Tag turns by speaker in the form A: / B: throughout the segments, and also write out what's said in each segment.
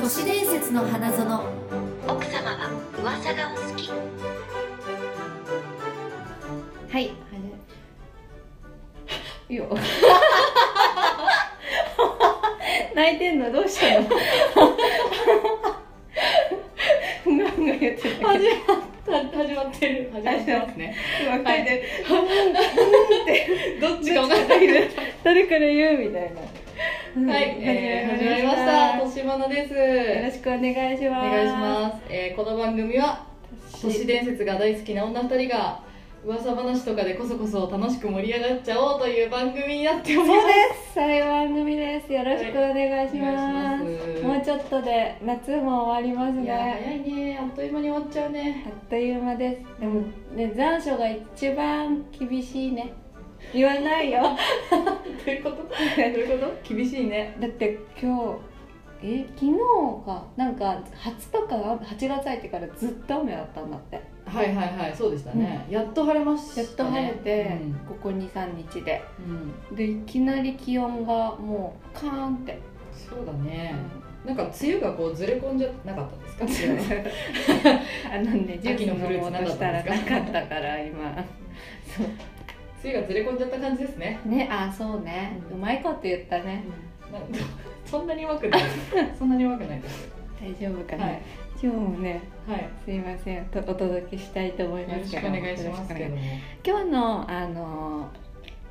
A: 都市伝説の花園
B: 奥様は噂がお好き
A: はい、いいよ泣いてんのどうしたのふんがふんが言ってたけど
C: まった始まってる始まってますね
A: 今二人で
C: どっちか分かんないけ
A: 誰から言うみたいな、
C: どはい、えー、始まりました
A: よ
C: としまなです
A: ろしくお願いし
C: お
A: ます
C: 願いします、えー、この番組は都市伝説が大好きな女二人が噂話とかでこそこそ楽しく盛り上がっちゃおうという番組になっておりま
A: そうです裁判組ですよろしくお願いします,、
C: お願いします
A: もうちょっとで夏も終わります
C: すいやー
A: ね
C: 早いねあっという間に終わっちゃうね
A: あっという間ですでもね残暑が一番厳しいね言わないよ
C: どういうことどういうこと厳しいね
A: だって今日え昨日かなんか初とか8月入ってからずっと雨だったんだって
C: はいはいはいそうでしたね、やっと晴れました
A: や
C: ね
A: っと晴れて、
C: うん
A: ここ23日で
C: うん、
A: でいきなり気温がもうカーンって、
C: そうだねなんか梅雨がこうずれ込んじゃなかったですか梅雨が
A: あのねジュース
C: 秋の
A: 飲
C: フルー
A: も
C: ツ
A: う
C: な
A: と
C: かっ
A: した
C: た
A: ら
C: んで
A: な
C: すか
A: かったから今そう
C: 梅雨がずれ込んじゃった感じですね
A: ねあそうね、う
C: うん
A: まいこと言ったね
C: なんか そんなにう まくないそんなにうまくないです
A: 大丈夫か
C: はい
A: な、今日もね
C: はい
A: すいませんとお届けしたいと思い
C: よ
A: ま
C: ろ
A: す
C: し
A: け
C: く
A: ど
C: お願いしますけ
A: よ
C: ど
A: ろしくお
C: も
A: 願い今日のあの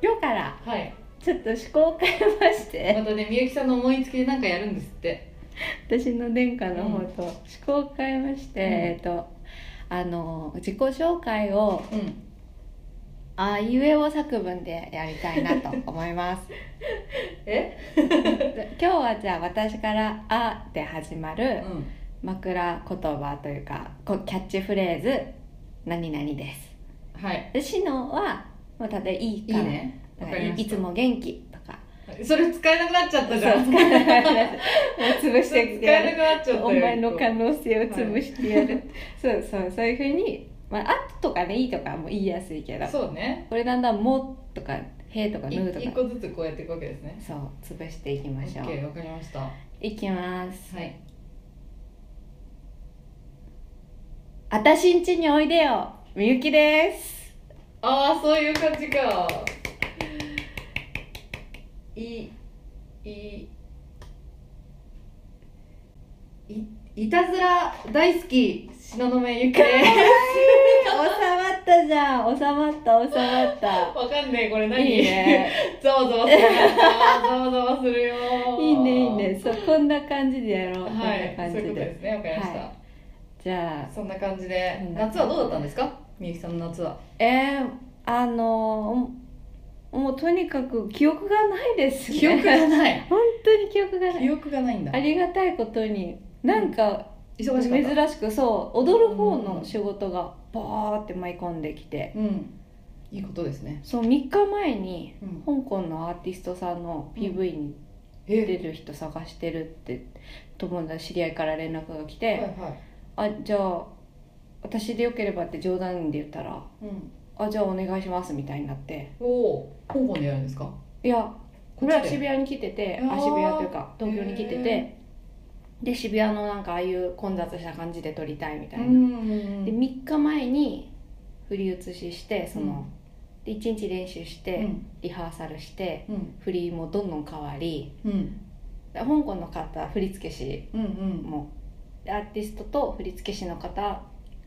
A: 今日から
C: はい
A: ちょっと趣向を変えまして
C: またねみゆきさんの思いつきで何かやるんですって
A: 私の殿下の方と趣向を変えまして、
C: うん
A: えっとあの自己紹介を
C: うん
A: あいうえお作文でやりたいなと思います
C: え
A: で今日はじゃあ私から「あ」で始ま
C: う
A: る
C: ん
A: 枕言葉というかこうキャッチフレーズ「何々」です
C: はい
A: で「しの」はまあ例えば「いい
C: いい
A: から」
C: ね
A: だ
C: わ
A: か
C: からり
A: い
C: ました
A: いつも元気」とか
C: それ使えなくなっちゃっ
A: そ
C: た
A: う
C: じ
A: 使
C: ゃ
A: え
C: ん
A: なくなるもう潰し
C: 使
A: てやる
C: えなくなっちゃったよ
A: お前の可能性を潰してやる、そうそうそういうふうに、まあ、あとかねいいとかも言いやすいけど
C: そうね
A: これだんだんもとかへとか
C: い
A: ぬと
C: 一
A: か
C: 個ずつこうやっていくわけですね
A: そう潰していき
C: オ
A: ましょ
C: ッ
A: う、
C: ケーわかりましたはい
A: きます
C: い
A: あたしんちにおいでよみゆきです
C: ああそういう感じかいいいいたずら大好き東雲ゆきで
A: 収まったじゃん収まった収まっ
C: す
A: た
C: わかんねえこれ何
A: いいね
C: ざわざわするざわざわするよ
A: いいねいいねそうこんな感じでやろう、
C: はい
A: こんな感
C: そう
A: じ
C: いう
A: で
C: ことですねわかりました、
A: はじゃあ
C: そんな感じで
A: うん
C: 夏はどうだったんですかみゆきさんの夏は
A: えー、あのーもうとにかく記憶がないです、ね、
C: 記憶がない
A: 本当に記憶がない
C: 記憶がないんだ
A: ありがたいことになんか
C: 忙
A: 珍
C: しかった
A: しくそう踊る方の仕事がバーって舞い込んできて
C: うんいいことですね
A: そう3日前に
C: うん
A: 香港のアーティストさんの PV に出
C: え
A: る人探してるって友達知り合いから連絡が来
C: はい
A: て
C: は
A: 「あじゃあ私でよければ」って冗談で言ったら
C: いうん
A: 「あじゃあお願いします」みたいになって
C: おお香港でやるんですか
A: いやこれは渋
C: 谷
A: 谷に来てて
C: あ
A: あ
C: ー
A: 渋谷というか東京に来てて
C: へ
A: で渋谷のなんかああいう混雑した感じで撮りたいみたいな、
C: ん
A: で3日前に振り写ししてその、で1日練習して、
C: うん
A: リハーサルして
C: うん
A: 振りもどんどん変わり
C: うん
A: 香港の方振付師
C: うんうん
A: もでアーティストと振付師の方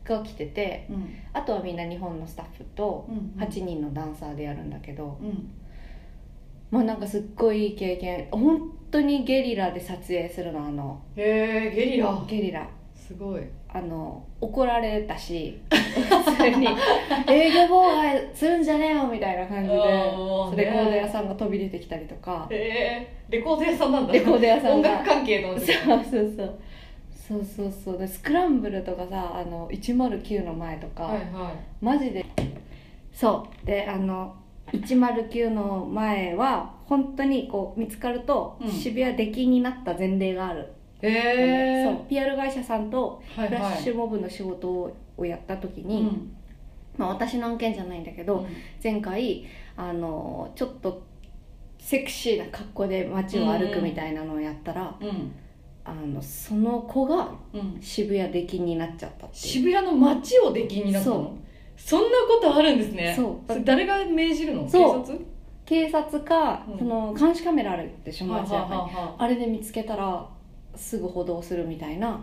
A: が来てて
C: うん
A: あとはみんな日本のスタッフと
C: うん
A: 8人のダンサーでやるんだけど、
C: うん
A: まあなんかすっごいいい経験本当にゲリラで撮影するのあの
C: へえゲリラ
A: ゲリラ
C: すごい
A: あの怒られた し普通に営業妨害するんじゃねえよみたいな感じで
C: おー
A: レコード屋
C: ね
A: さんが飛び出てきたりとか
C: へえレコード屋さんなんだ
A: レコード屋さん
C: 音
A: が
C: 楽関係のお
A: そう
C: 店
A: そうそうそうそうそうでスクランブルとかさあの109の前とか、
C: はいはい
A: マジでそうであの109の前は本当にこう見つかると、
C: うん
A: 渋谷出禁になった前例がある、
C: へえ
A: そう PR 会社さんと
C: はい
A: フラ
C: は
A: ッ
C: い
A: シュモブの仕事をやった時に、
C: うん
A: まあ、私の案件じゃないんだけど、前回あのちょっとセクシーな格好で街を歩くみたいなのをやったら、
C: うん
A: あのその子が
C: うん、
A: 渋谷出禁になっちゃったっていう
C: 渋谷の街を出禁になったのそんなことあるんですね
A: そう
C: れ誰が命じるの
A: そう
C: 警
A: 警
C: 察
A: 察か、
C: うん
A: その監視カメラあるでしょ
C: はあ
A: 街
C: は
A: 中
C: あ
A: に
C: はあは
A: あれで見つけたらすぐ補導するみたいな
C: あ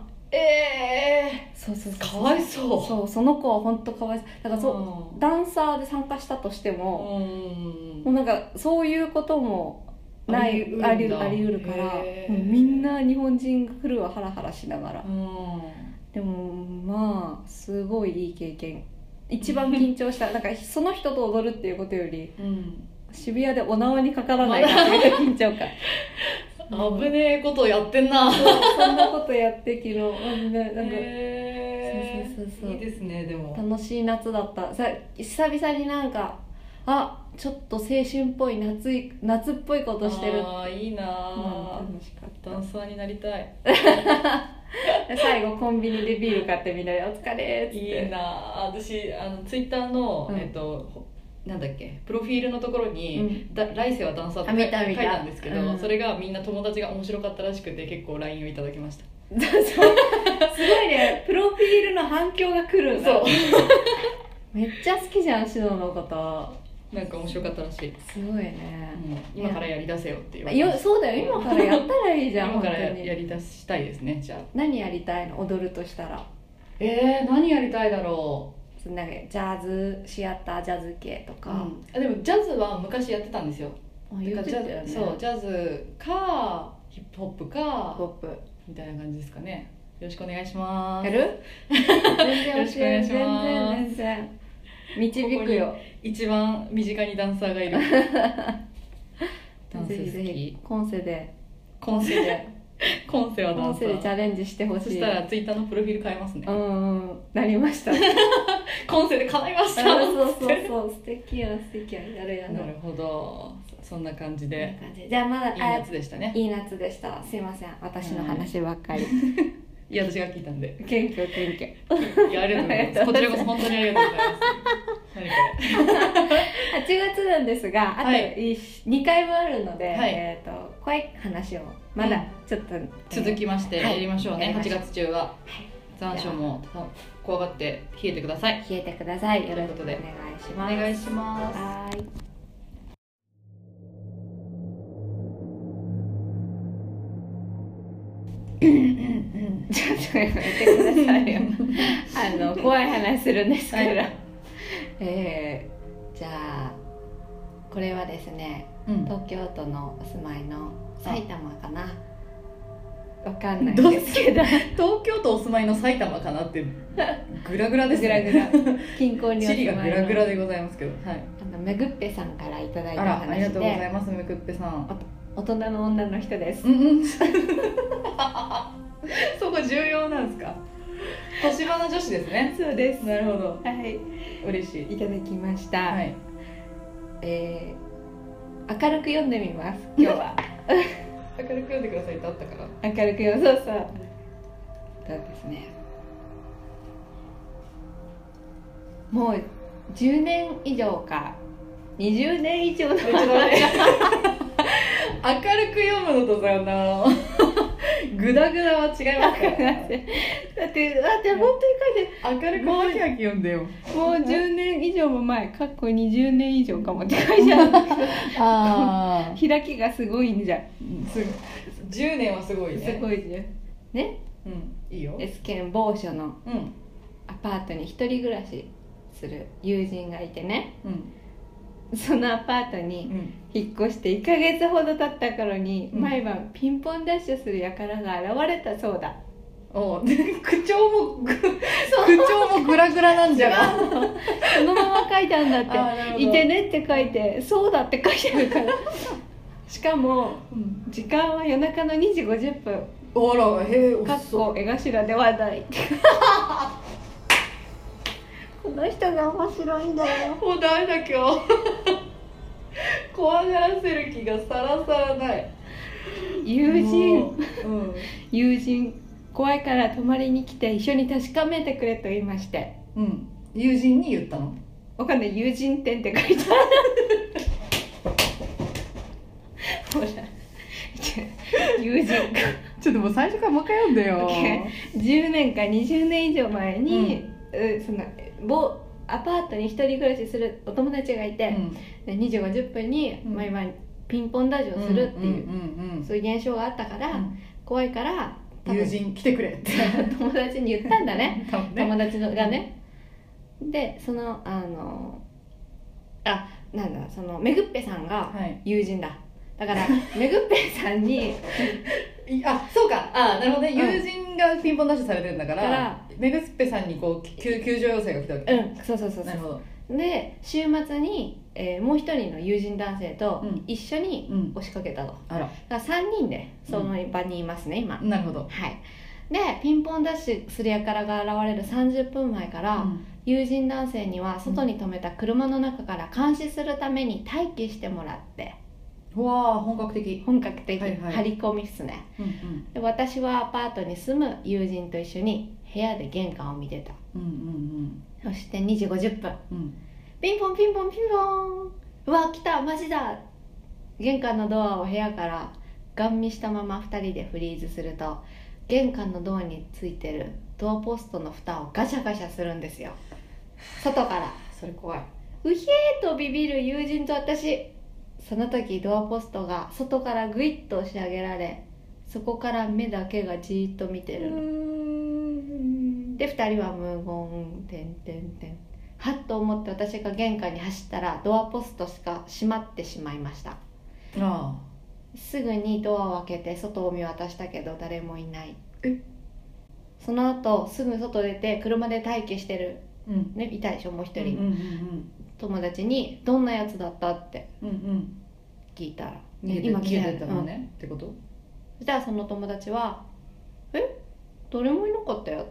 C: え
A: そうそう
C: ー、か
A: そう
C: わいそう
A: そうその子は本当かわいそうだからそう
C: う
A: ダンサーで参加したとしても、
C: ん
A: もうなんかそういうこともないあ
C: あ
A: りう
C: り得るんだ
A: ありうるから
C: へー
A: もうみんな日本人が来るわハラハラしながら
C: うん
A: でもまあすごいいい経験一番緊張 したなんかその人と踊るっていうことより
C: うん
A: 渋谷でお縄にかからないかっていう緊張 感
C: 危ねえことやってんな
A: そんなことやって昨日あみんななんか
C: へー
A: そうそうそうそう
C: いいですねでも
A: 楽しい夏だったさ久々になんかあちょっと青春っぽい夏い夏っぽいことしてる
C: ああいいなあ
A: うん楽しかった
C: ダンサーになりたい
A: で最後コンビニでビール買ってみんなで「お疲れ」っつっ
C: い い
A: て
C: なあ私あのツイッターの、
A: うん
C: えっとほなんだっけプロフィールのところ
A: う
C: に
A: ん
C: 「だ来世はダンサー」って
A: あ
C: 書い
A: 見た見た
C: 書いたんですけど、
A: うん
C: それがみんな友達が面白かったらしくて結構 LINE をいただきました
A: すごいねプロフィールの反響が来るんだ
C: そ
A: めっちゃ好きじゃん指導のこと
C: うなんか面白かったらしい、
A: すごいね
C: うん今からやりだせよって言われ
A: よ
C: ました
A: そうだよ今からやったらいいじゃん
C: 今
A: 本
C: からや
A: 当
C: や
A: に
C: りだしたいですねじゃあ
A: 何やりたいの踊るとしたら
C: えー、何やりたいだろう
A: なんかジャズシアタージャズ系と
C: あ
A: か、
C: でもジャズは昔やってたんですよ
A: あ言ってたよ
C: だから
A: ね
C: ジャズそうジャズかヒップホップか
A: ポップ
C: みたいな感じですかねよろしくお願いしま
A: や
C: す
A: る全然教え
C: よろ
A: ん
C: しくお願い
A: 全然全 然導くよ
C: 一番身近にダンサーがいる ダンス
A: ぜ
C: 好
A: ひぜ
C: き
A: ひ今世で
C: 今世で今世はダ
A: 今
C: ンサ
A: 世でチ
C: ー
A: ャレンジしてほ
C: そ
A: し
C: し
A: い
C: たらツイッターのプロフィール変えますね
A: うんうんなりま した
C: 今世で叶いました
A: そうそうそうそう素敵やん素敵やんやるやる
C: なるほどそんな感じ
A: こんな
C: で
A: 感じじゃあまだ
C: いい
A: あ
C: やつでしたね
A: いい夏でしたすいません私の話ばっかり
C: いや私が聞いたんで
A: 謙虚謙虚
C: いやありがとうございますこちらこそ本当にありがとうございます何こ
A: 8月なんですがあと
C: はい
A: 2回分あるので、
C: はい
A: えっ、と怖い話をまだちょっと、
C: れ続きまして
A: はい
C: やりましょう
A: や
C: ね
A: りまし
C: 8
A: ょう
C: 月中は残暑も怖がって冷えてください
A: 冷えてくださいよ
C: とい
A: ろ
C: う
A: し
C: こ
A: く
C: と
A: お
C: で
A: 願いし
C: お
A: ます
C: 願いします
A: はーいちょっとやめてくださ いよあの怖い話するんですけど、
C: はい
A: えーじゃあこれはですね
C: うん
A: 東京都のお住まいの埼玉かなわかんない
C: どう
A: ですけど
C: 東京都お住まいの埼玉かなってグラグラです
A: グラ
C: ね
A: グラ近郊にお
C: 地
A: 住
C: 理が
A: ま
C: グ
A: いの
C: ラグラでございますけど、はい、
A: あのめぐっぺさんからいただ
C: あ
A: いた
C: らありが
A: 話
C: とうござ
A: で
C: いますめくっぺさん
A: 大人の女の人です
C: うんうん そこ重要なんですか年場の女子ですね
A: そうです
C: なるほど
A: はい
C: 嬉しい
A: いただきました、
C: はい
A: えー明るく読んでみます今日は
C: 明るく読んでくださいってあったから
A: 明るく読むそうそうそうですねもう10年以上か20年以上の
C: めっちゃダメ明るく読むのとさあのグダグダは違いますか
A: だってだって本当に書いて
C: ら明るくハキハキ読んでよ
A: もう10年以上も前かっこ20年以上かもって書いてある
C: あ
A: 開きがすごいんじゃん
C: す10年はすごいね
A: すごいじゃんね
C: うんいいよ
A: S 県某所の
C: うん
A: アパートに一人暮らしする友人がいてね
C: うん
A: そのアパート
C: う
A: に
C: ん
A: 引っ越して1ヶ月ほど経った頃に、
C: うん
A: 毎晩ピンポンダッシュする輩が現れた そうだ
C: おう口調もぐ口調もグラグラなんじゃが
A: そのまま書いたんだ
C: あーなる
A: っ
C: ほ
A: て「い
C: ど
A: てね」って書いて「そうだ」って書いてあるから しかも
C: うん
A: 時間は夜中の2時50分
C: あらへえ
A: かっこ江頭ではない この人が面白いんだよ
C: もうダメだ今日怖がらせる気がさらさらない
A: 友人
C: もう
A: 友人怖いから泊まりに来て一緒に確かめてくれと言いまして
C: うん、うん、友人に言ったの
A: わかんない友人店って書いてあるほら友人か
C: ちょっともう最初からもう一回読んでよ
A: OK 10年か20年以上前に、うその某アパートに一人暮らしするお友達がいて、で2時50分に
C: うん
A: 毎晩ピンポンラジオ
C: うん
A: するっていう、
C: んうん
A: そういう現象があったから、
C: うん
A: 怖いから
C: うん
A: 多
C: 友
A: 分
C: 人来てくれって
A: 友達に言ったんだね
C: 多分 ね
A: 友達のがね、でそのあのあなんだそのめぐっぺさんが
C: はい
A: 友人だだから めぐっぺさんに
C: いあそうかあなるほどね、
A: うん
C: 友人がピンポンダッシュされてるんだから
A: から
C: めぐっぺさんにこう救救助要請が来たわけ、
A: うんそうそうそうそ
C: なるほど、
A: うで週末に、えーもう一人の友人男性と
C: うん
A: 一緒に
C: うん、
A: 押しかけたと、
C: あら
A: だから3人でその場にいますね、今
C: なるほど
A: はいでピンポンダッシュする輩が現れる30分前から、
C: うん
A: 友人男性には外に止めた車の中から監視するために待機してもらって
C: うわあ本格的、
A: 本格的
C: はいはい
A: 張り込みっすね、
C: うんうん
A: で私はアパートに住む友人と一緒に部屋で玄関を見てた
C: うんうん
A: そして2時50分
C: うんうん
A: ピンポンピンポンピンポンうわ来たマジだ玄関のドアを部屋からガン見したまま2人でフリーズすると玄関のドアについてるドアポストの蓋をガシャガシャするんですよ外から
C: それ怖いう
A: ひえーとビビる友人と私その時ドアポストが外からグイッと押し上げられそこから目だけがじーっと見てるので2人は無言てんてんてんはっと思って私が玄関に走ったらドアポストしか閉まってしまいました
C: あ
A: すぐにドアを開けて外を見渡したけど誰もいないその後すぐ外出て車で待機してる、
C: うん
A: ね、いたでしょもう一
C: あ
A: 人、
C: うんうん
A: 友達に「どんなやつだった?」って
C: うんうんうん
A: 聞いたら
C: 逃げて
A: 今
C: 逃
A: 聞い
C: げ
A: た
C: てったのね、ってこと
A: そしたらその友達は「え誰もいなかったよ」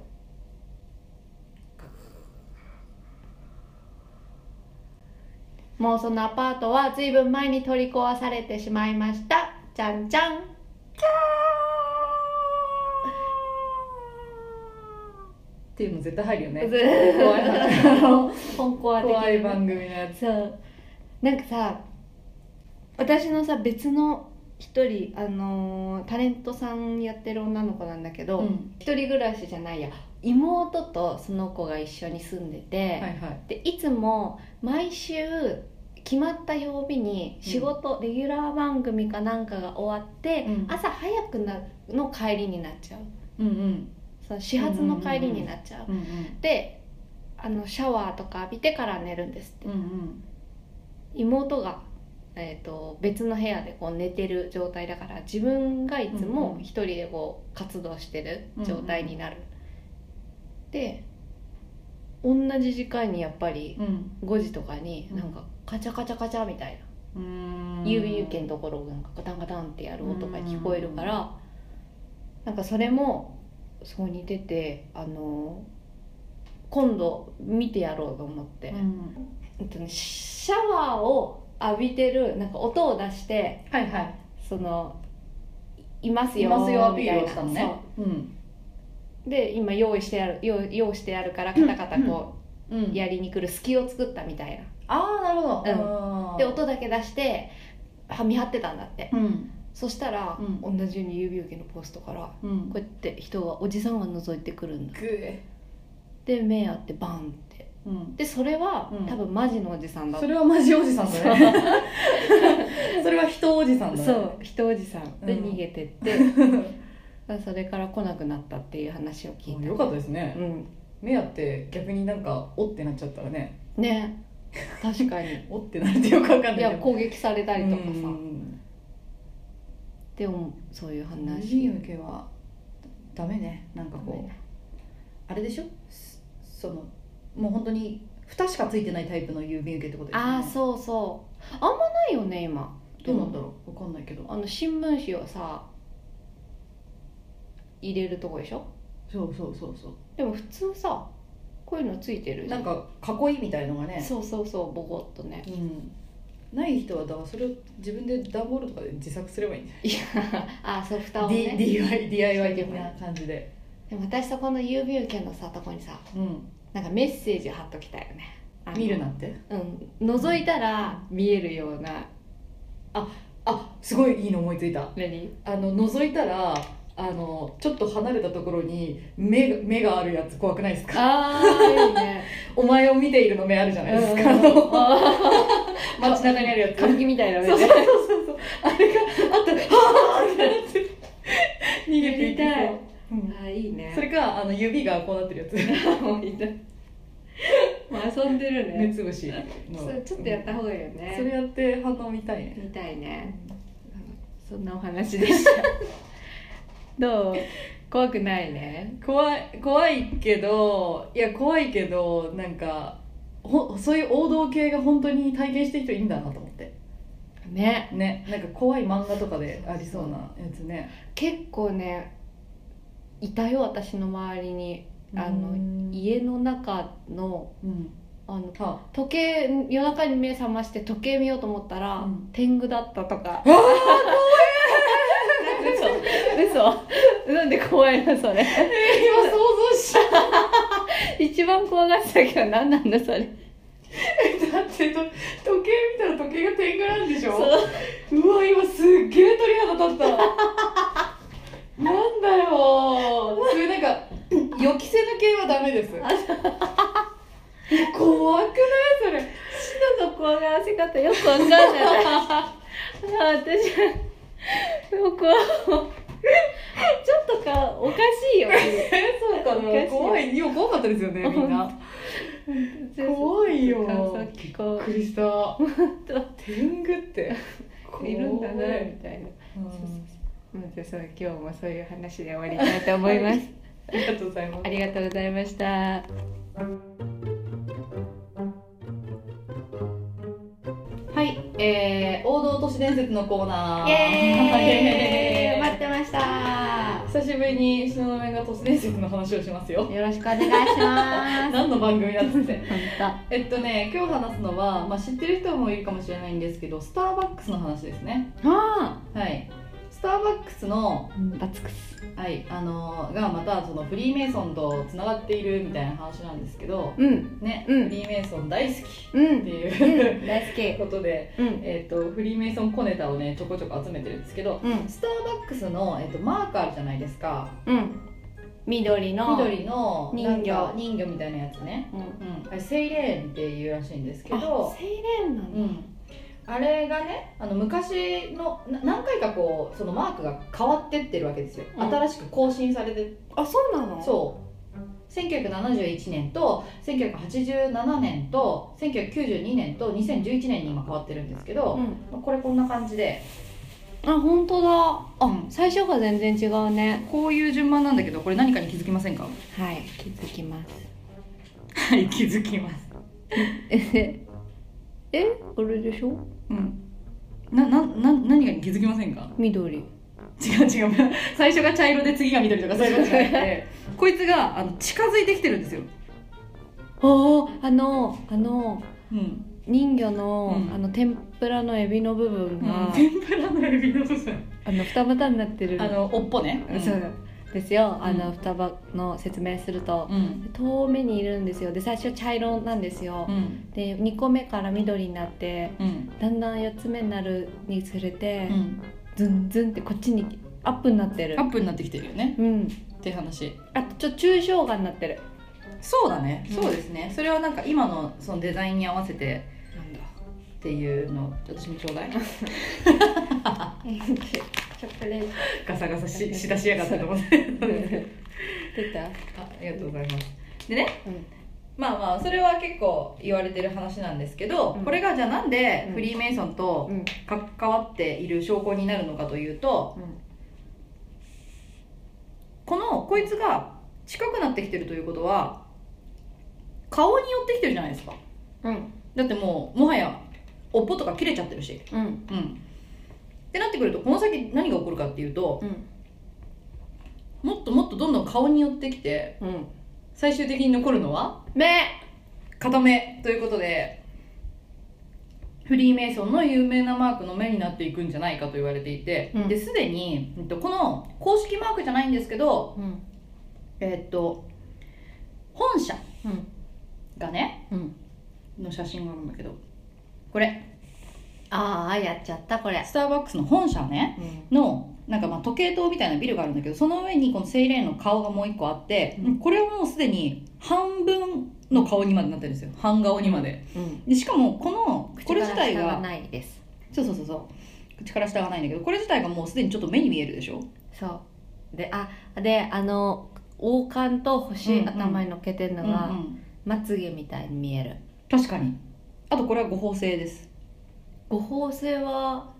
A: もうそのアパートは随分前に取り壊されてしまいましたじゃんじゃん
C: っていうの絶対入るよね怖い
A: 怖い本コア的
C: 怖い番組のやつ
A: そうなんかさ私のさ別の一人あのータレントさんやってる女の子なんだけど、
C: うん
A: 一人暮らしじゃないや妹とその子が一緒に住んでて、
C: はいはい
A: でいつも毎週決まった曜日に仕事、レギュラー番組かなんかが終わって、
C: うん
A: 朝早くなの帰りになっちゃう
C: うんうん
A: その始発の帰りになっちゃう,、
C: うんうん
A: であのシャワーとか浴びてから寝るんですって、
C: うんうん
A: 妹が、えー、と別の部屋でこう寝てる状態だから自分がいつも一人でこう活動してる状態になる、で同じ時間にやっぱり
C: うん
A: 5時とかに
C: うん
A: なんかカチャカチャカチャみたいな、
C: うん
A: 郵便受けのところをなんかガタンガタンってやる音が聞こえるから、なんかそれもそう似ててあの今度見てやろうと思って
C: う、ん
A: えっとねシャワーを浴びてるなんか音を出して
C: はいはい
A: そのいいます
C: い
A: よ
C: ますよアピ
A: み
C: ー
A: た
C: ル
A: い
C: を
A: な
C: したのねうん
A: そうで今用意してある用用意してあるからカタカタこ
C: うん
A: うやりに来る隙を作ったみたい
C: ああなるほど、う
A: なで音だけ出してはみ張ってたんだって
C: うん
A: そしたら、
C: う
A: 同じように郵便受けのポストからこ
C: うん
A: うやって人がおじさんが覗いてくるんだ
C: ぐえ
A: で目あってバンって
C: うん
A: でそれは、
C: うん
A: 多分マジのおじさんだった
C: それはマジおじさんだね それは人おじさんだね
A: そう人おじさんで
C: うん
A: 逃げてって、それから来なくなったっていう話を聞い
C: あ
A: た
C: よかったですね
A: うん
C: 目あって逆になんかおってなっちゃったらね
A: ね確か に
C: おってなってよくわかんない
A: い
C: けど
A: や攻撃されたりとかさ
C: うん
A: でもそういう
C: 友
A: 話
C: 人受けはダメねなんかこうあれでしょすそのもう本当に蓋しかついてないタイプの郵便受けってことですよね
A: ああそうそうあんまないよね今
C: どうなんだろうわかんないけど
A: あの新聞紙をさ入れるとこでしょ
C: そうそうそうそう
A: でも普通さこういうのついてるじゃ
C: なんか囲いみたいのがね
A: そうそうそうボコッとね
C: うんない人はだからそれを自分で段ボールとかで自作すればいいんじゃない
A: いやあーそう蓋を
C: D-
A: ね
C: DIY DIY 的な感じで
A: でも私そこの郵便受けのさとこにさ
C: うん
A: なんかメッセージ貼っときたいよねあの
C: 見るなって
A: うん覗いたら見えるような
C: あすごいいいの思いついた
A: 何
C: あの覗いたらあのちょっと離れたところに目が目があるやつ怖くないですか
A: あーいいね
C: お前を見ているの目あるじゃないですか、あの
A: あ
C: 街中にあるやつ
A: 歌舞伎みたいな目で
C: あれがあったら「はあ!」みたいなやつ逃げていきそう
A: やりたい
C: うん
A: あーいいね
C: それかあの指がこうなってるやつ
A: もういいねもう遊んでる
C: 目
A: ね
C: つぶしの
A: そうちょっとやった方がいいよ
C: それ
A: ね
C: やって反応見たいね
A: 見たいねそんなお話でした どう怖くないね
C: 怖い怖いけどいや怖いけどなんかほそういう王道系が本当に体験してる人いいんだなと思って
A: ね
C: ねなんか怖い漫画とかでありそうなやつね
A: 結構ねいたよ私の周りにあの
C: うん
A: 家の中の
C: うん
A: あの
C: は
A: 時計夜中に目覚まして時計見ようと思ったら、
C: うん
A: 天狗だったとか
C: 今
A: 嘘なんで怖いのそれ
C: 想像しちゃ
A: 一番怖がってたけど何なんだそれ
C: うだってと時計見たら時計が天狗なんでしょ
A: そう
C: うわ今すっげえ鳥肌立ったなんだよそういうなんか予期せぬ系はダメです怖くないそれ
A: 人の怖がらせ方よくわかんないあ 私もう怖いちょっとかおかしいよ
C: えそうか
A: おかしい
C: な
A: よ
C: 怖いよ怖かったですよねみんな怖いよ
A: 感想聞こ
C: びっくりした
A: 当
C: 天狗って
A: ういるんだな
C: 怖
A: み
C: い
A: たいな
C: うん
A: まずそう今日もそういう話で終わりたいと思います、
C: ありがとうございます
A: ありがとうございました
C: はい、えー、王道都市伝説のコーナー
A: イエーイ
C: はい
A: 待ってました
C: 久しぶりに東雲が都市伝説の話をしますよ
A: よろしくお願いします
C: 何の番組だっつって
A: 本
C: えっとね今日話すのは、まあ、知ってる人もいるかもしれないんですけどスターバックスの話ですね
A: 当あ
C: はいスターバックスの
A: あ、バツクス
C: はいあのーがまたそのフリーメイソンとつながっているみたいな話なんですけど
A: うん
C: ね、
A: うん
C: フリーメイソン大好き
A: う
C: って
A: ん
C: いう
A: う、ん大好き
C: ことで、
A: うん
C: えっとフリーメイソン小ネタをねちょこちょこ集めてるんですけど
A: うん
C: スターバックスの、えっとマークあるじゃないですか
A: うん緑の
C: 緑の
A: 人形
C: なんか人魚みたいなやつね、
A: うん
C: うん、あれセイレーンっていうらしいんですけ
A: あ
C: ど
A: セイレーンな
C: うん
A: だ
C: ん、あれがねあの昔のな何回かこうそのマークが変わってってるわけですよ、
A: うん
C: 新しく更新されて
A: あそうなの
C: そう1971年と1987年と1992年と2011年に今変わってるんですけど、
A: ん
C: まあこれこんな感じで
A: あ本当だあ、
C: うん
A: 最初が全然違うね
C: こういう順番なんだけどこれ何かに気づきませんか
A: はい気づきます
C: はい気づきます
A: ええあれでしょ
C: うんななな何かに気づきませんか
A: 緑
C: 違う違う最初が茶色で次が緑とかそういうことじゃなくてこいつがあの近づいてきてるんですよ、
A: あああのあの
C: うん、
A: 人魚の、
C: うん
A: あの天ぷらのエビの部分が、
C: 天ぷらのエビの部分
A: あの二股になってる
C: あのおっぽね
A: そううですよあの
C: うん
A: 双葉の説明すると、
C: ん
A: 遠目にいるんですよで最初茶色なんですよ、
C: うん
A: で2個目から緑になって
C: うん
A: だんだん4つ目になるにつれて、
C: うん
A: ズンズンってこっちにアップになってる
C: アップになってきてるよね
A: うん
C: って話
A: あとちょっと抽象画になってる
C: そうだね
A: うん
C: そうですねそれはなんか今のそのデザインに合わせてっていうの私もちょうだい
A: チョコレー
C: ガサガサ ししだしやがったと思って
A: ト出た
C: あありがとうございますでねまあまあそれは結構言われてる話なんですけど、
A: うん
C: これがじゃあなんでフリーメイソンと
A: うん
C: 関わっている証拠になるのかというとこのこいつが近くなってきてるということは顔に寄ってきてるじゃないですか
A: うん
C: だってもうもはやおっぽとか切れちゃってるし
A: うん
C: うんってなってくるとこの先何が起こるかっていうと
A: うん
C: もっともっとどんどん顔に寄ってきて
A: うん
C: 最終的に残るのは
A: 目
C: 片目ということでフリーメイソンの有名なマークの目になっていくんじゃないかと言われていて、
A: うん
C: ですでに、えっと、この公式マークじゃないんですけど、
A: うん
C: えっと、本社
A: うん
C: がね
A: うん
C: の写真があるんだけどこれ
A: ああやっちゃったこれ
C: スターバックスの本社ね
A: うん
C: のなんかまあ時計塔みたいなビルがあるんだけどその上にこのセイレーンの顔がもう一個あって、
A: うん
C: これはもうすでに半分の顔にまでなってるんですよ半顔にまで
A: うん、
C: でしかもこのこれ自体
A: 口から下
C: が
A: ないです
C: そうそうそうそう口から下がないんだけどこれ自体がもうすでにちょっと目に見えるでしょ
A: そうであであの王冠と星
C: うんうん
A: 頭にのっけてるの
C: うんう
A: が
C: ん
A: まつげみたいに見える
C: 確かにあとこれは誤報性です
A: 五宝星は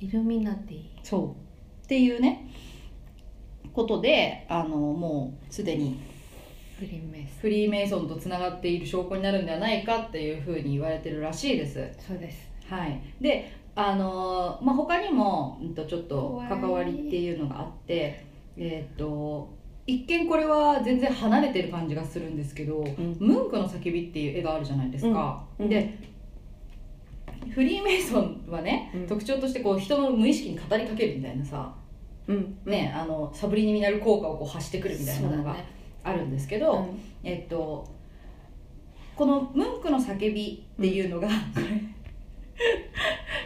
A: イルミナティ
C: そうっていうねことであのもうすでに
A: フリーメイ
C: フリーメイソンとつながっている証拠になるんではないかっていうふうに言われてるらしいです
A: スそうです
C: はい、で、あのーまあ、他にも、うん、とちょっと関わりっていうのがあって、えー、と一見これは全然離れてる感じがするんですけど「
A: ん
C: ムンクの叫び」っていう絵があるじゃないですか。
A: うんうん
C: でフリーメイソンはね、
A: うん
C: 特徴としてこう人の無意識に語りかけるみたいなさ、
A: うん
C: ね、あのサブリミナル効果をこう発してくるみたいなの
A: そうだ
C: が
A: ね
C: あるんですけど、えっとこの「ムンクの叫び」っていうのが、 これ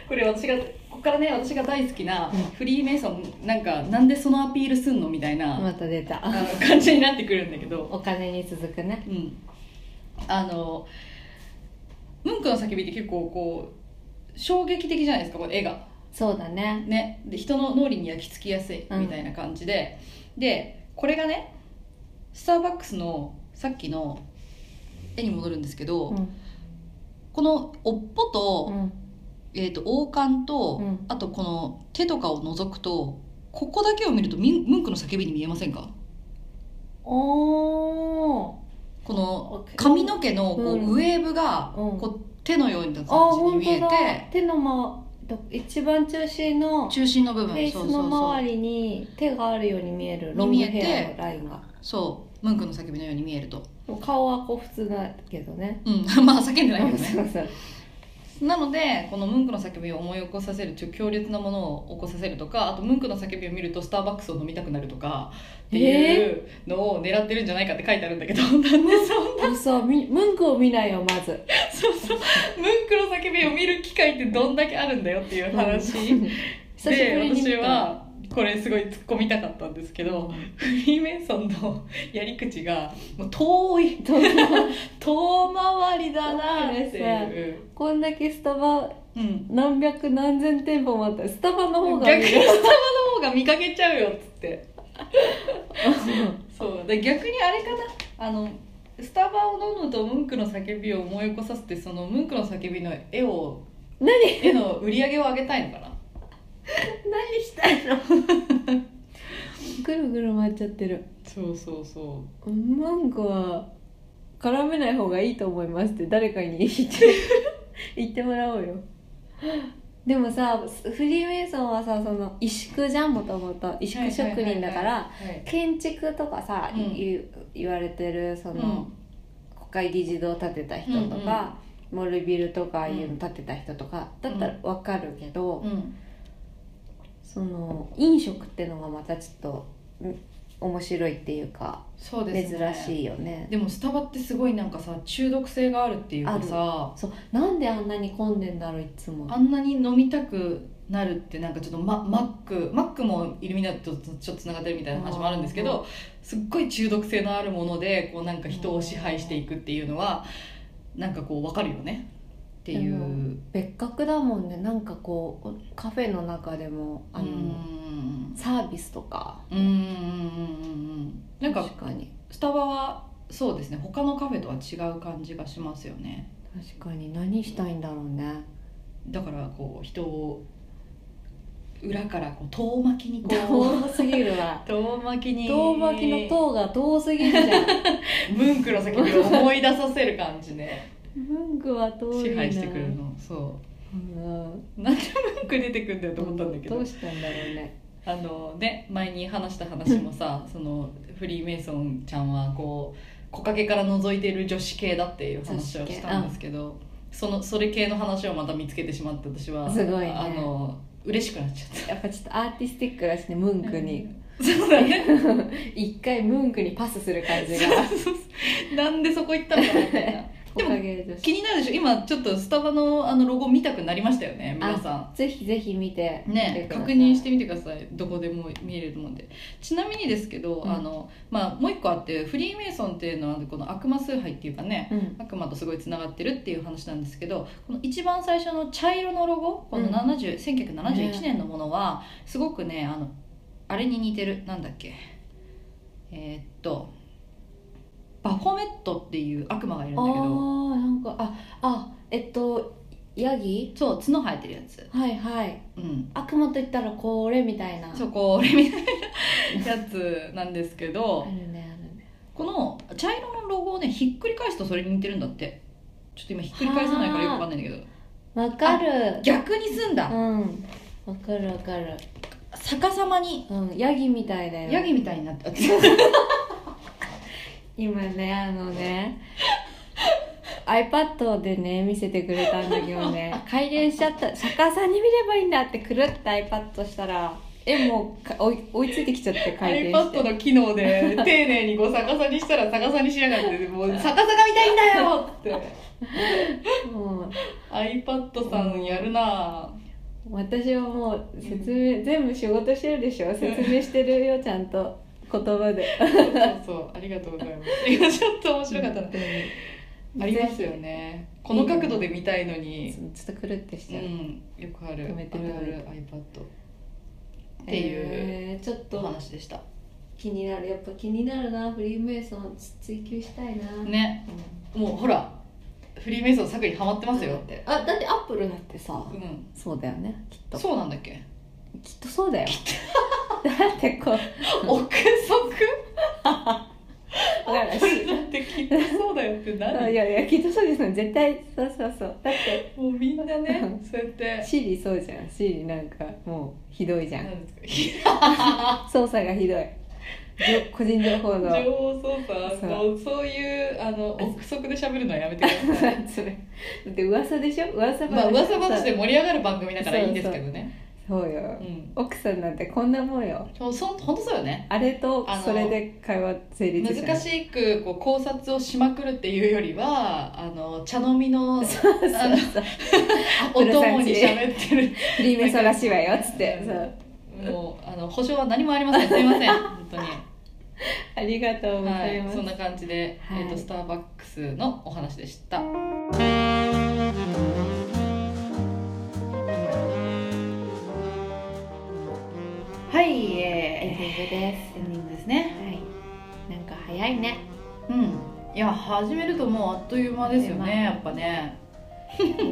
C: これ私がここからね私が大好きな
A: うん
C: フリーメイソンなんかなんでそのアピールすんのみたいな、
A: うんまた出
C: あ
A: た
C: の感じになってくるんだけど、
A: お金に続くね
C: うん、あの「ムンクの叫び」って結構こう衝撃的じゃないですかこの絵が。
A: そうだね
C: ね、で人の脳裏に焼き付きやすい
A: うん
C: みたいな感じで、でこれがねスターバックスのさっきの絵に戻るんですけど、
A: うん
C: この尾っぽと,、
A: うん
C: えー、と王冠と、
A: うん
C: あとこの手とかを覗くとここだけを見るとミンムンクの叫びに見えませんか
A: おー
C: この
A: お
C: 髪の毛のこう、
A: うん
C: ウェーブが
A: うん
C: こう手のようになった
A: あー
C: 感じに
A: 本
C: 見え
A: 当だ
C: て
A: 手のまど一番中心のフ
C: 中心の部分
A: ェイス
C: そう
A: の
C: そうそう
A: 周りに手があるように見えるロングヘアのラインが
C: そうムンクの叫びのように見えると、
A: 顔はこう普通だけどね
C: うん、 まあ叫んでないけどね
A: そうそう
C: なのでこのムンクの叫びを思い起こさせるちょ強烈なものを起こさせるとかあとムンクの叫びを見るとスターバックスを飲みたくなるとかっていうのを狙ってるんじゃないかって書いてあるんだけどなんでそんな
A: あそうみ文句を見ないよまず
C: そうそうムンクの叫びを見る機会ってどんだけあるんだよっていう話、
A: うん久しぶ
C: で
A: りに見
C: 私
A: た
C: はこれすごい突っ込みたかったんですけど、フリーメイソンのやり口がもう遠い
A: どう
C: 遠回りだなっていう。
A: こんだけスタバ
C: うん
A: 何百何千店舗もあったらスタバの方が
C: 逆に
A: 見
C: スタ
A: る
C: バの方が見かけちゃうよっつってそうで逆にあれかなあのスタバを飲むとムンクの叫びを思い起こさせてそのムンクの叫びの絵を
A: 何
C: 絵の売り上げを上げたいのかな
A: 何したいのぐるぐる回っちゃってる
C: そうそうそ
A: 文句は絡めない方がいいと思いますって誰かに言って言ってもらおうよでもさフリーメイソンはさその萎縮じゃんもともと萎縮職人だから
C: はい
A: 建築とかさ、
C: うん
A: 言う言われてるその、国会議事堂建てた人とか、モルビルとかああいうの建てた人とかだったらわかるけど、
C: うん
A: その飲食ってのがまたちょっとうん面白いっていうか
C: そうです
A: 珍
C: ね
A: しいよね
C: でもスタバってすごいなんかさ中毒性があるっていうかさ
A: そうなんであんなに混んでんだろういつも
C: あんなに飲みたくなるってなんかちょっとママックマックもイルミナトとちょっとつながってるみたいな話もあるんですけどすっごい中毒性のあるものでこうなんか人を支配していくっていうのはなんかこう分かるよねってい
A: でも
C: う
A: 別格だもんねなんかこうおカフェの中でもあ
C: う
A: の、
C: ん
A: サービスとか
C: うんうんうんうんうんなんか
A: 確かに
C: スタバはそうですね他のカフェとは違う感じがしますよね
A: 確かに何したいんだろうね
C: だからこう人を裏からこう遠巻きにこう
A: 遠すぎるわ
C: 遠巻き に
A: 遠巻きの遠が遠すぎるじゃん
C: ムンクの叫びを思い出させる感じね
A: 文句は遠いな
C: 支配してくるのそ
A: うん
C: うなんでムンク出てくんだよと思ったんだけ
A: ど
C: ど
A: うしたんだろうね
C: あのね前に話した話もさそのフリーメイソンちゃんはこう木陰から覗いてる女子系だっていう話をしたんですけどそのそれ系の話をまた見つけてしまって私は
A: すごいね
C: あの嬉しくなっちゃ
A: や
C: っ
A: っぱちょっとアーティスティックだしね文
C: た
A: 句に
C: そうだね
A: 一回文句にパスする感じが
C: なんでそこ行ったのかなみたいな
A: おかげ女子
C: 気になるでしょ今ちょっとスタバのあのロゴ見たくなりましたよね皆さ
A: ぜひぜひ見て
C: んね確認してみてくださいどこでも見れると思うんでちなみにですけど、
A: うん
C: あのまあ、もう一個あってフリーメイソンっていうのはこの悪魔崇拝っていうかね
A: うん
C: 悪魔とすごいつながってるっていう話なんですけどこの一番最初の茶色のロゴこの70、1971年のものはすごくねあのあれに似てるなんだっけえーっとバフォメットっていう悪魔がいるんだ
A: あ
C: けど
A: ーなんかああえっとヤギ
C: そう角生えてるやつ
A: はいはい
C: うん
A: 悪魔といったらこれみたいな
C: そこ俺みたいな やつなんですけ
A: あ
C: ど
A: るねあるね
C: この茶色のロゴをねひっくり返すとそれに似てるんだってちょっと今ひっくり返さないからよくわかんないんだけど
A: わかる
C: 逆にすんだ
A: うんわかるわかる
C: 逆さまに
A: うんヤギみたいだよ
C: ヤギみたいになって
A: 今ねあのね iPad でね見せてくれたんだけど ね改善しちゃった逆さに見ればいいんだってくるって iPad したら絵もか追い追いついてきちゃって改善して
C: iPad の機能で 丁寧にこう逆さにしたら逆さにしやが ってもう逆さが見たいんだよって
A: も
C: iPad さんやるな
A: う私はもう説明、全部仕事してるでしょ説明してるよちゃんと言葉で
C: そうそうそうありがとうございますいやちょっ と面白かったな
A: 本当に
C: ありますよねこの角度で見たいのに
A: ぜひちょっとくるってし
C: う
A: ちゃう、
C: んよくある
A: 止めて
C: あ
A: み
C: る
A: る
C: ある iPad っていう
A: えーちょっ
C: お
A: と
C: 話でした
A: 気になるやっぱ気になるなフリーメイソン追求したいな、
C: ねもうほらフリーメイソン作にハマってますよって
A: あだってアップルだってさ
C: うん
A: そうだよねきっと
C: そうなんだっけ
A: きっとそうだよ だってこう
C: 憶測
A: だから
C: これだってきっとそうだよって何
A: いやいやきっとそうですよ絶対そうそうそうだって
C: もうみんなね、そうやって。
A: シリそうじゃんシリなんかもうひどいじゃん
C: なんです
A: 操作がひどいじょ個人情報
C: か
A: の
C: 情報操作
A: そう
C: そうそういうあの憶測で喋るのはやめてく ださい
A: それだって噂でしょ噂話
C: まあ噂話で盛り上がる番組だからいいんですけどね
A: そうよ、
C: うん
A: 奥さんなんてこんなもんよ
C: そうそん本当そうよね
A: あれと
C: あの
A: それで会話成立しない
C: 難しくこう考察をしまくるっていうよりはあの茶飲みの
A: そうそう
C: あの
A: そう
C: お
A: プルさ
C: 供
A: ん
C: に
A: ち
C: 喋ってる
A: フリーメイソンらしいわよっつって
C: うん
A: そう
C: もうあの保証は何もありませんすいません本当に
A: ありがとうご
C: は
A: ざい
C: い、
A: ます、
C: そんな感じで、
A: はい
C: えー、とスターバックスのお話でした。はい、
A: エンデ
C: え
A: ィングです
C: ー、エンディングですね。
A: はい、なんか早いね。
C: うん、いや始めるともうあっという間ですよ
A: あっという
C: ね、
A: 間
C: やっぱね。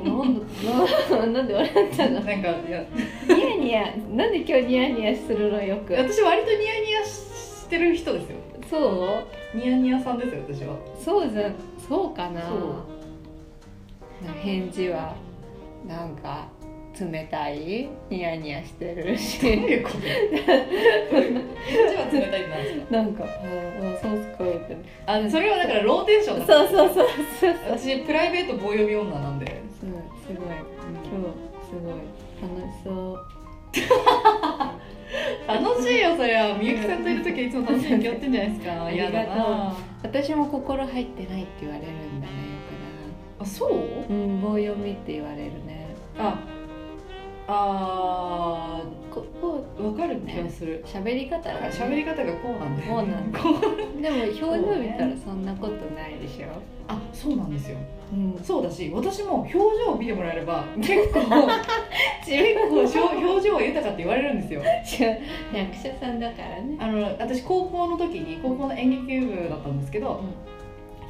A: なんなんで笑っちゃう
C: な
A: の
C: ん？かいや
A: ニヤニヤ、なんで今日ニヤニヤするのよく。
C: 私割とニヤニヤしてる人ですよ。
A: そう？
C: ニヤニヤさんですよ私は。
A: そうじゃそうかな
C: そう。
A: なんか返事はなんか冷たい、ニヤニヤしてる
C: どう
A: し、
C: いうこと？どういうこと返事は冷たいってなんです か。
A: なんかうんうんそうすごいって。
C: あのそれはだからローテーションなんです
A: そうそうそうそうそう。
C: 私プライベート棒読み女なんで。
A: すごいすごい今日すごい楽しそう。
C: 楽しいよそりゃみゆきさんといる時はいつも楽しい曲やってんじゃないです か
A: ありがと
C: 嫌
A: う
C: だな
A: 私も心入ってないって言われるんだね
C: あそう
A: よくな。うん棒読みって言われるね。
C: ああ
A: ここ
C: ーわかる気がする
A: う喋り方
C: だ
A: が
C: から
A: ね
C: 喋り方がこうなんだよ
A: こうなんだ
C: こう
A: でも表情見たらそんなことないでしょ。
C: あそうなんですよ
A: うん。
C: そうだし私も表情を見てもらえれば結構結構表情は豊かって言われるんですよ
A: 役者さんだからね。
C: あの私高校の時に高校の演劇部だったんですけど、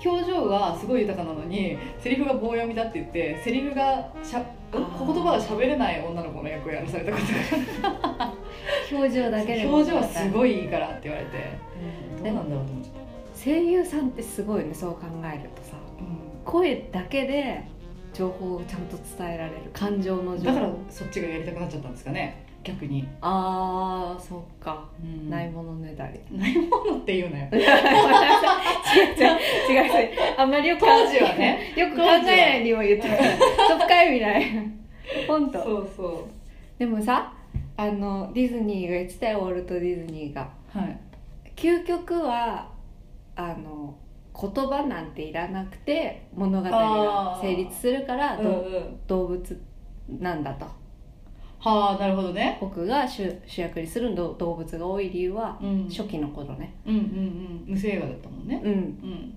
C: 表情はすごい豊かなのにセリフが棒読みだって言ってセリフがしゃ言葉が喋れない女の子の役をやらされたこと
A: 表情だ
C: が
A: けで
C: 表情はす
A: い。
C: ごいいいからって言われてどうなんだろうと思っちゃった、
A: 声優さんってすごいね。そう考えるとさ、声だけで情報をちゃんと伝えられる感情の
C: うん
A: 情
C: だ
A: 報。
C: からそっちがやりたくなっちゃったんですかね逆に、
A: ああ、そっか。ないものねだり。
C: ないものっていうのよ
A: 違う違う違う違うあんまりよく
C: 当時はね
A: よく考えないにも言ってたそっかいみたいな本当
C: そうそ
A: でもさあのディズニーが言ってたよウォルト・ディズニーが
C: うはい
A: 究極はあの言葉なんていらなくて物語が成立するから
C: うん
A: ど
C: うん、
A: 動物なんだと
C: はあなるほどね、
A: 僕が主主役にする動動物が多い理由は
C: うん、
A: 初期の頃ね
C: うんうんうん無声映画だったもんね
A: うん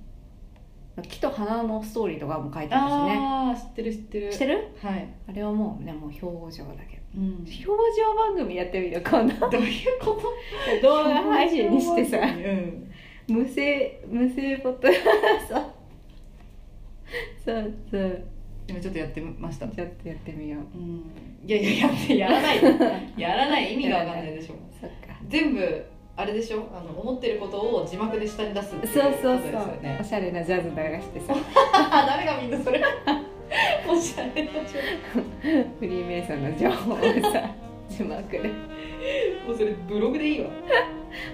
C: うん
A: 木と花のストーリーとかも書いてあるしね
C: ああ知ってる知ってる
A: してる
C: はい、
A: あれはもうねもう表情だけど
C: うん、
A: 表情番組やってみる今度
C: どういうこと
A: 動画配信にしてさ
C: うん
A: 無声無声ポッドそうそうそう
C: 今ちょっとやってみました
A: ちょっとやってみよう
C: うんいやいややってや らないやらない意味がわかんないでしょ
A: そっか
C: 全部あれでしょあの思ってることを字幕で下に出すってい
A: そうそうそ
C: ことです
A: う、
C: よ
A: お
C: ね
A: しゃれなジャズ流して さ
C: あダメがみんなそれ おしゃれな情
A: フリーメイソンの情報をさ字幕で
C: 報もうそれブログでいいわ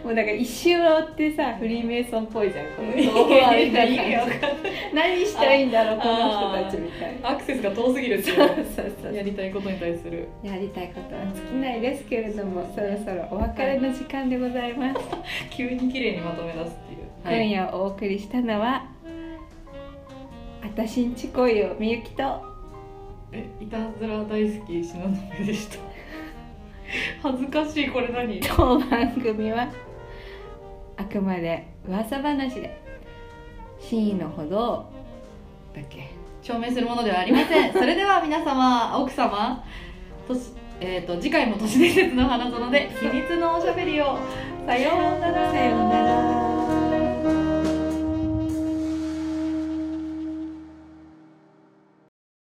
A: もうなんか一周回ってさフリーメイソンっ ぽいじゃんこの人
C: いやいやいやわかんない
A: 何したいんだろうこの人たちみたいな
C: アクセスが遠すぎるってい
A: そう
C: う
A: そうそう
C: やりたいことに対する
A: やりたいことは尽きないですけれどもそろそろお別れの時間でございます、
C: 急に綺麗にまとめ出すっていう、
A: 今夜お送りしたのは「あたしんちこいよみゆきと」
C: えいたずら大好き篠宮でした 恥ずかしいこれ何
A: 当番組はあくまで噂話で真意のほどをだっけ
C: 証明するものではありま せんそれでは皆様奥様とし、えー、と次回も都市伝説の花園で秘密のおしゃべりをさようなら
A: さようなら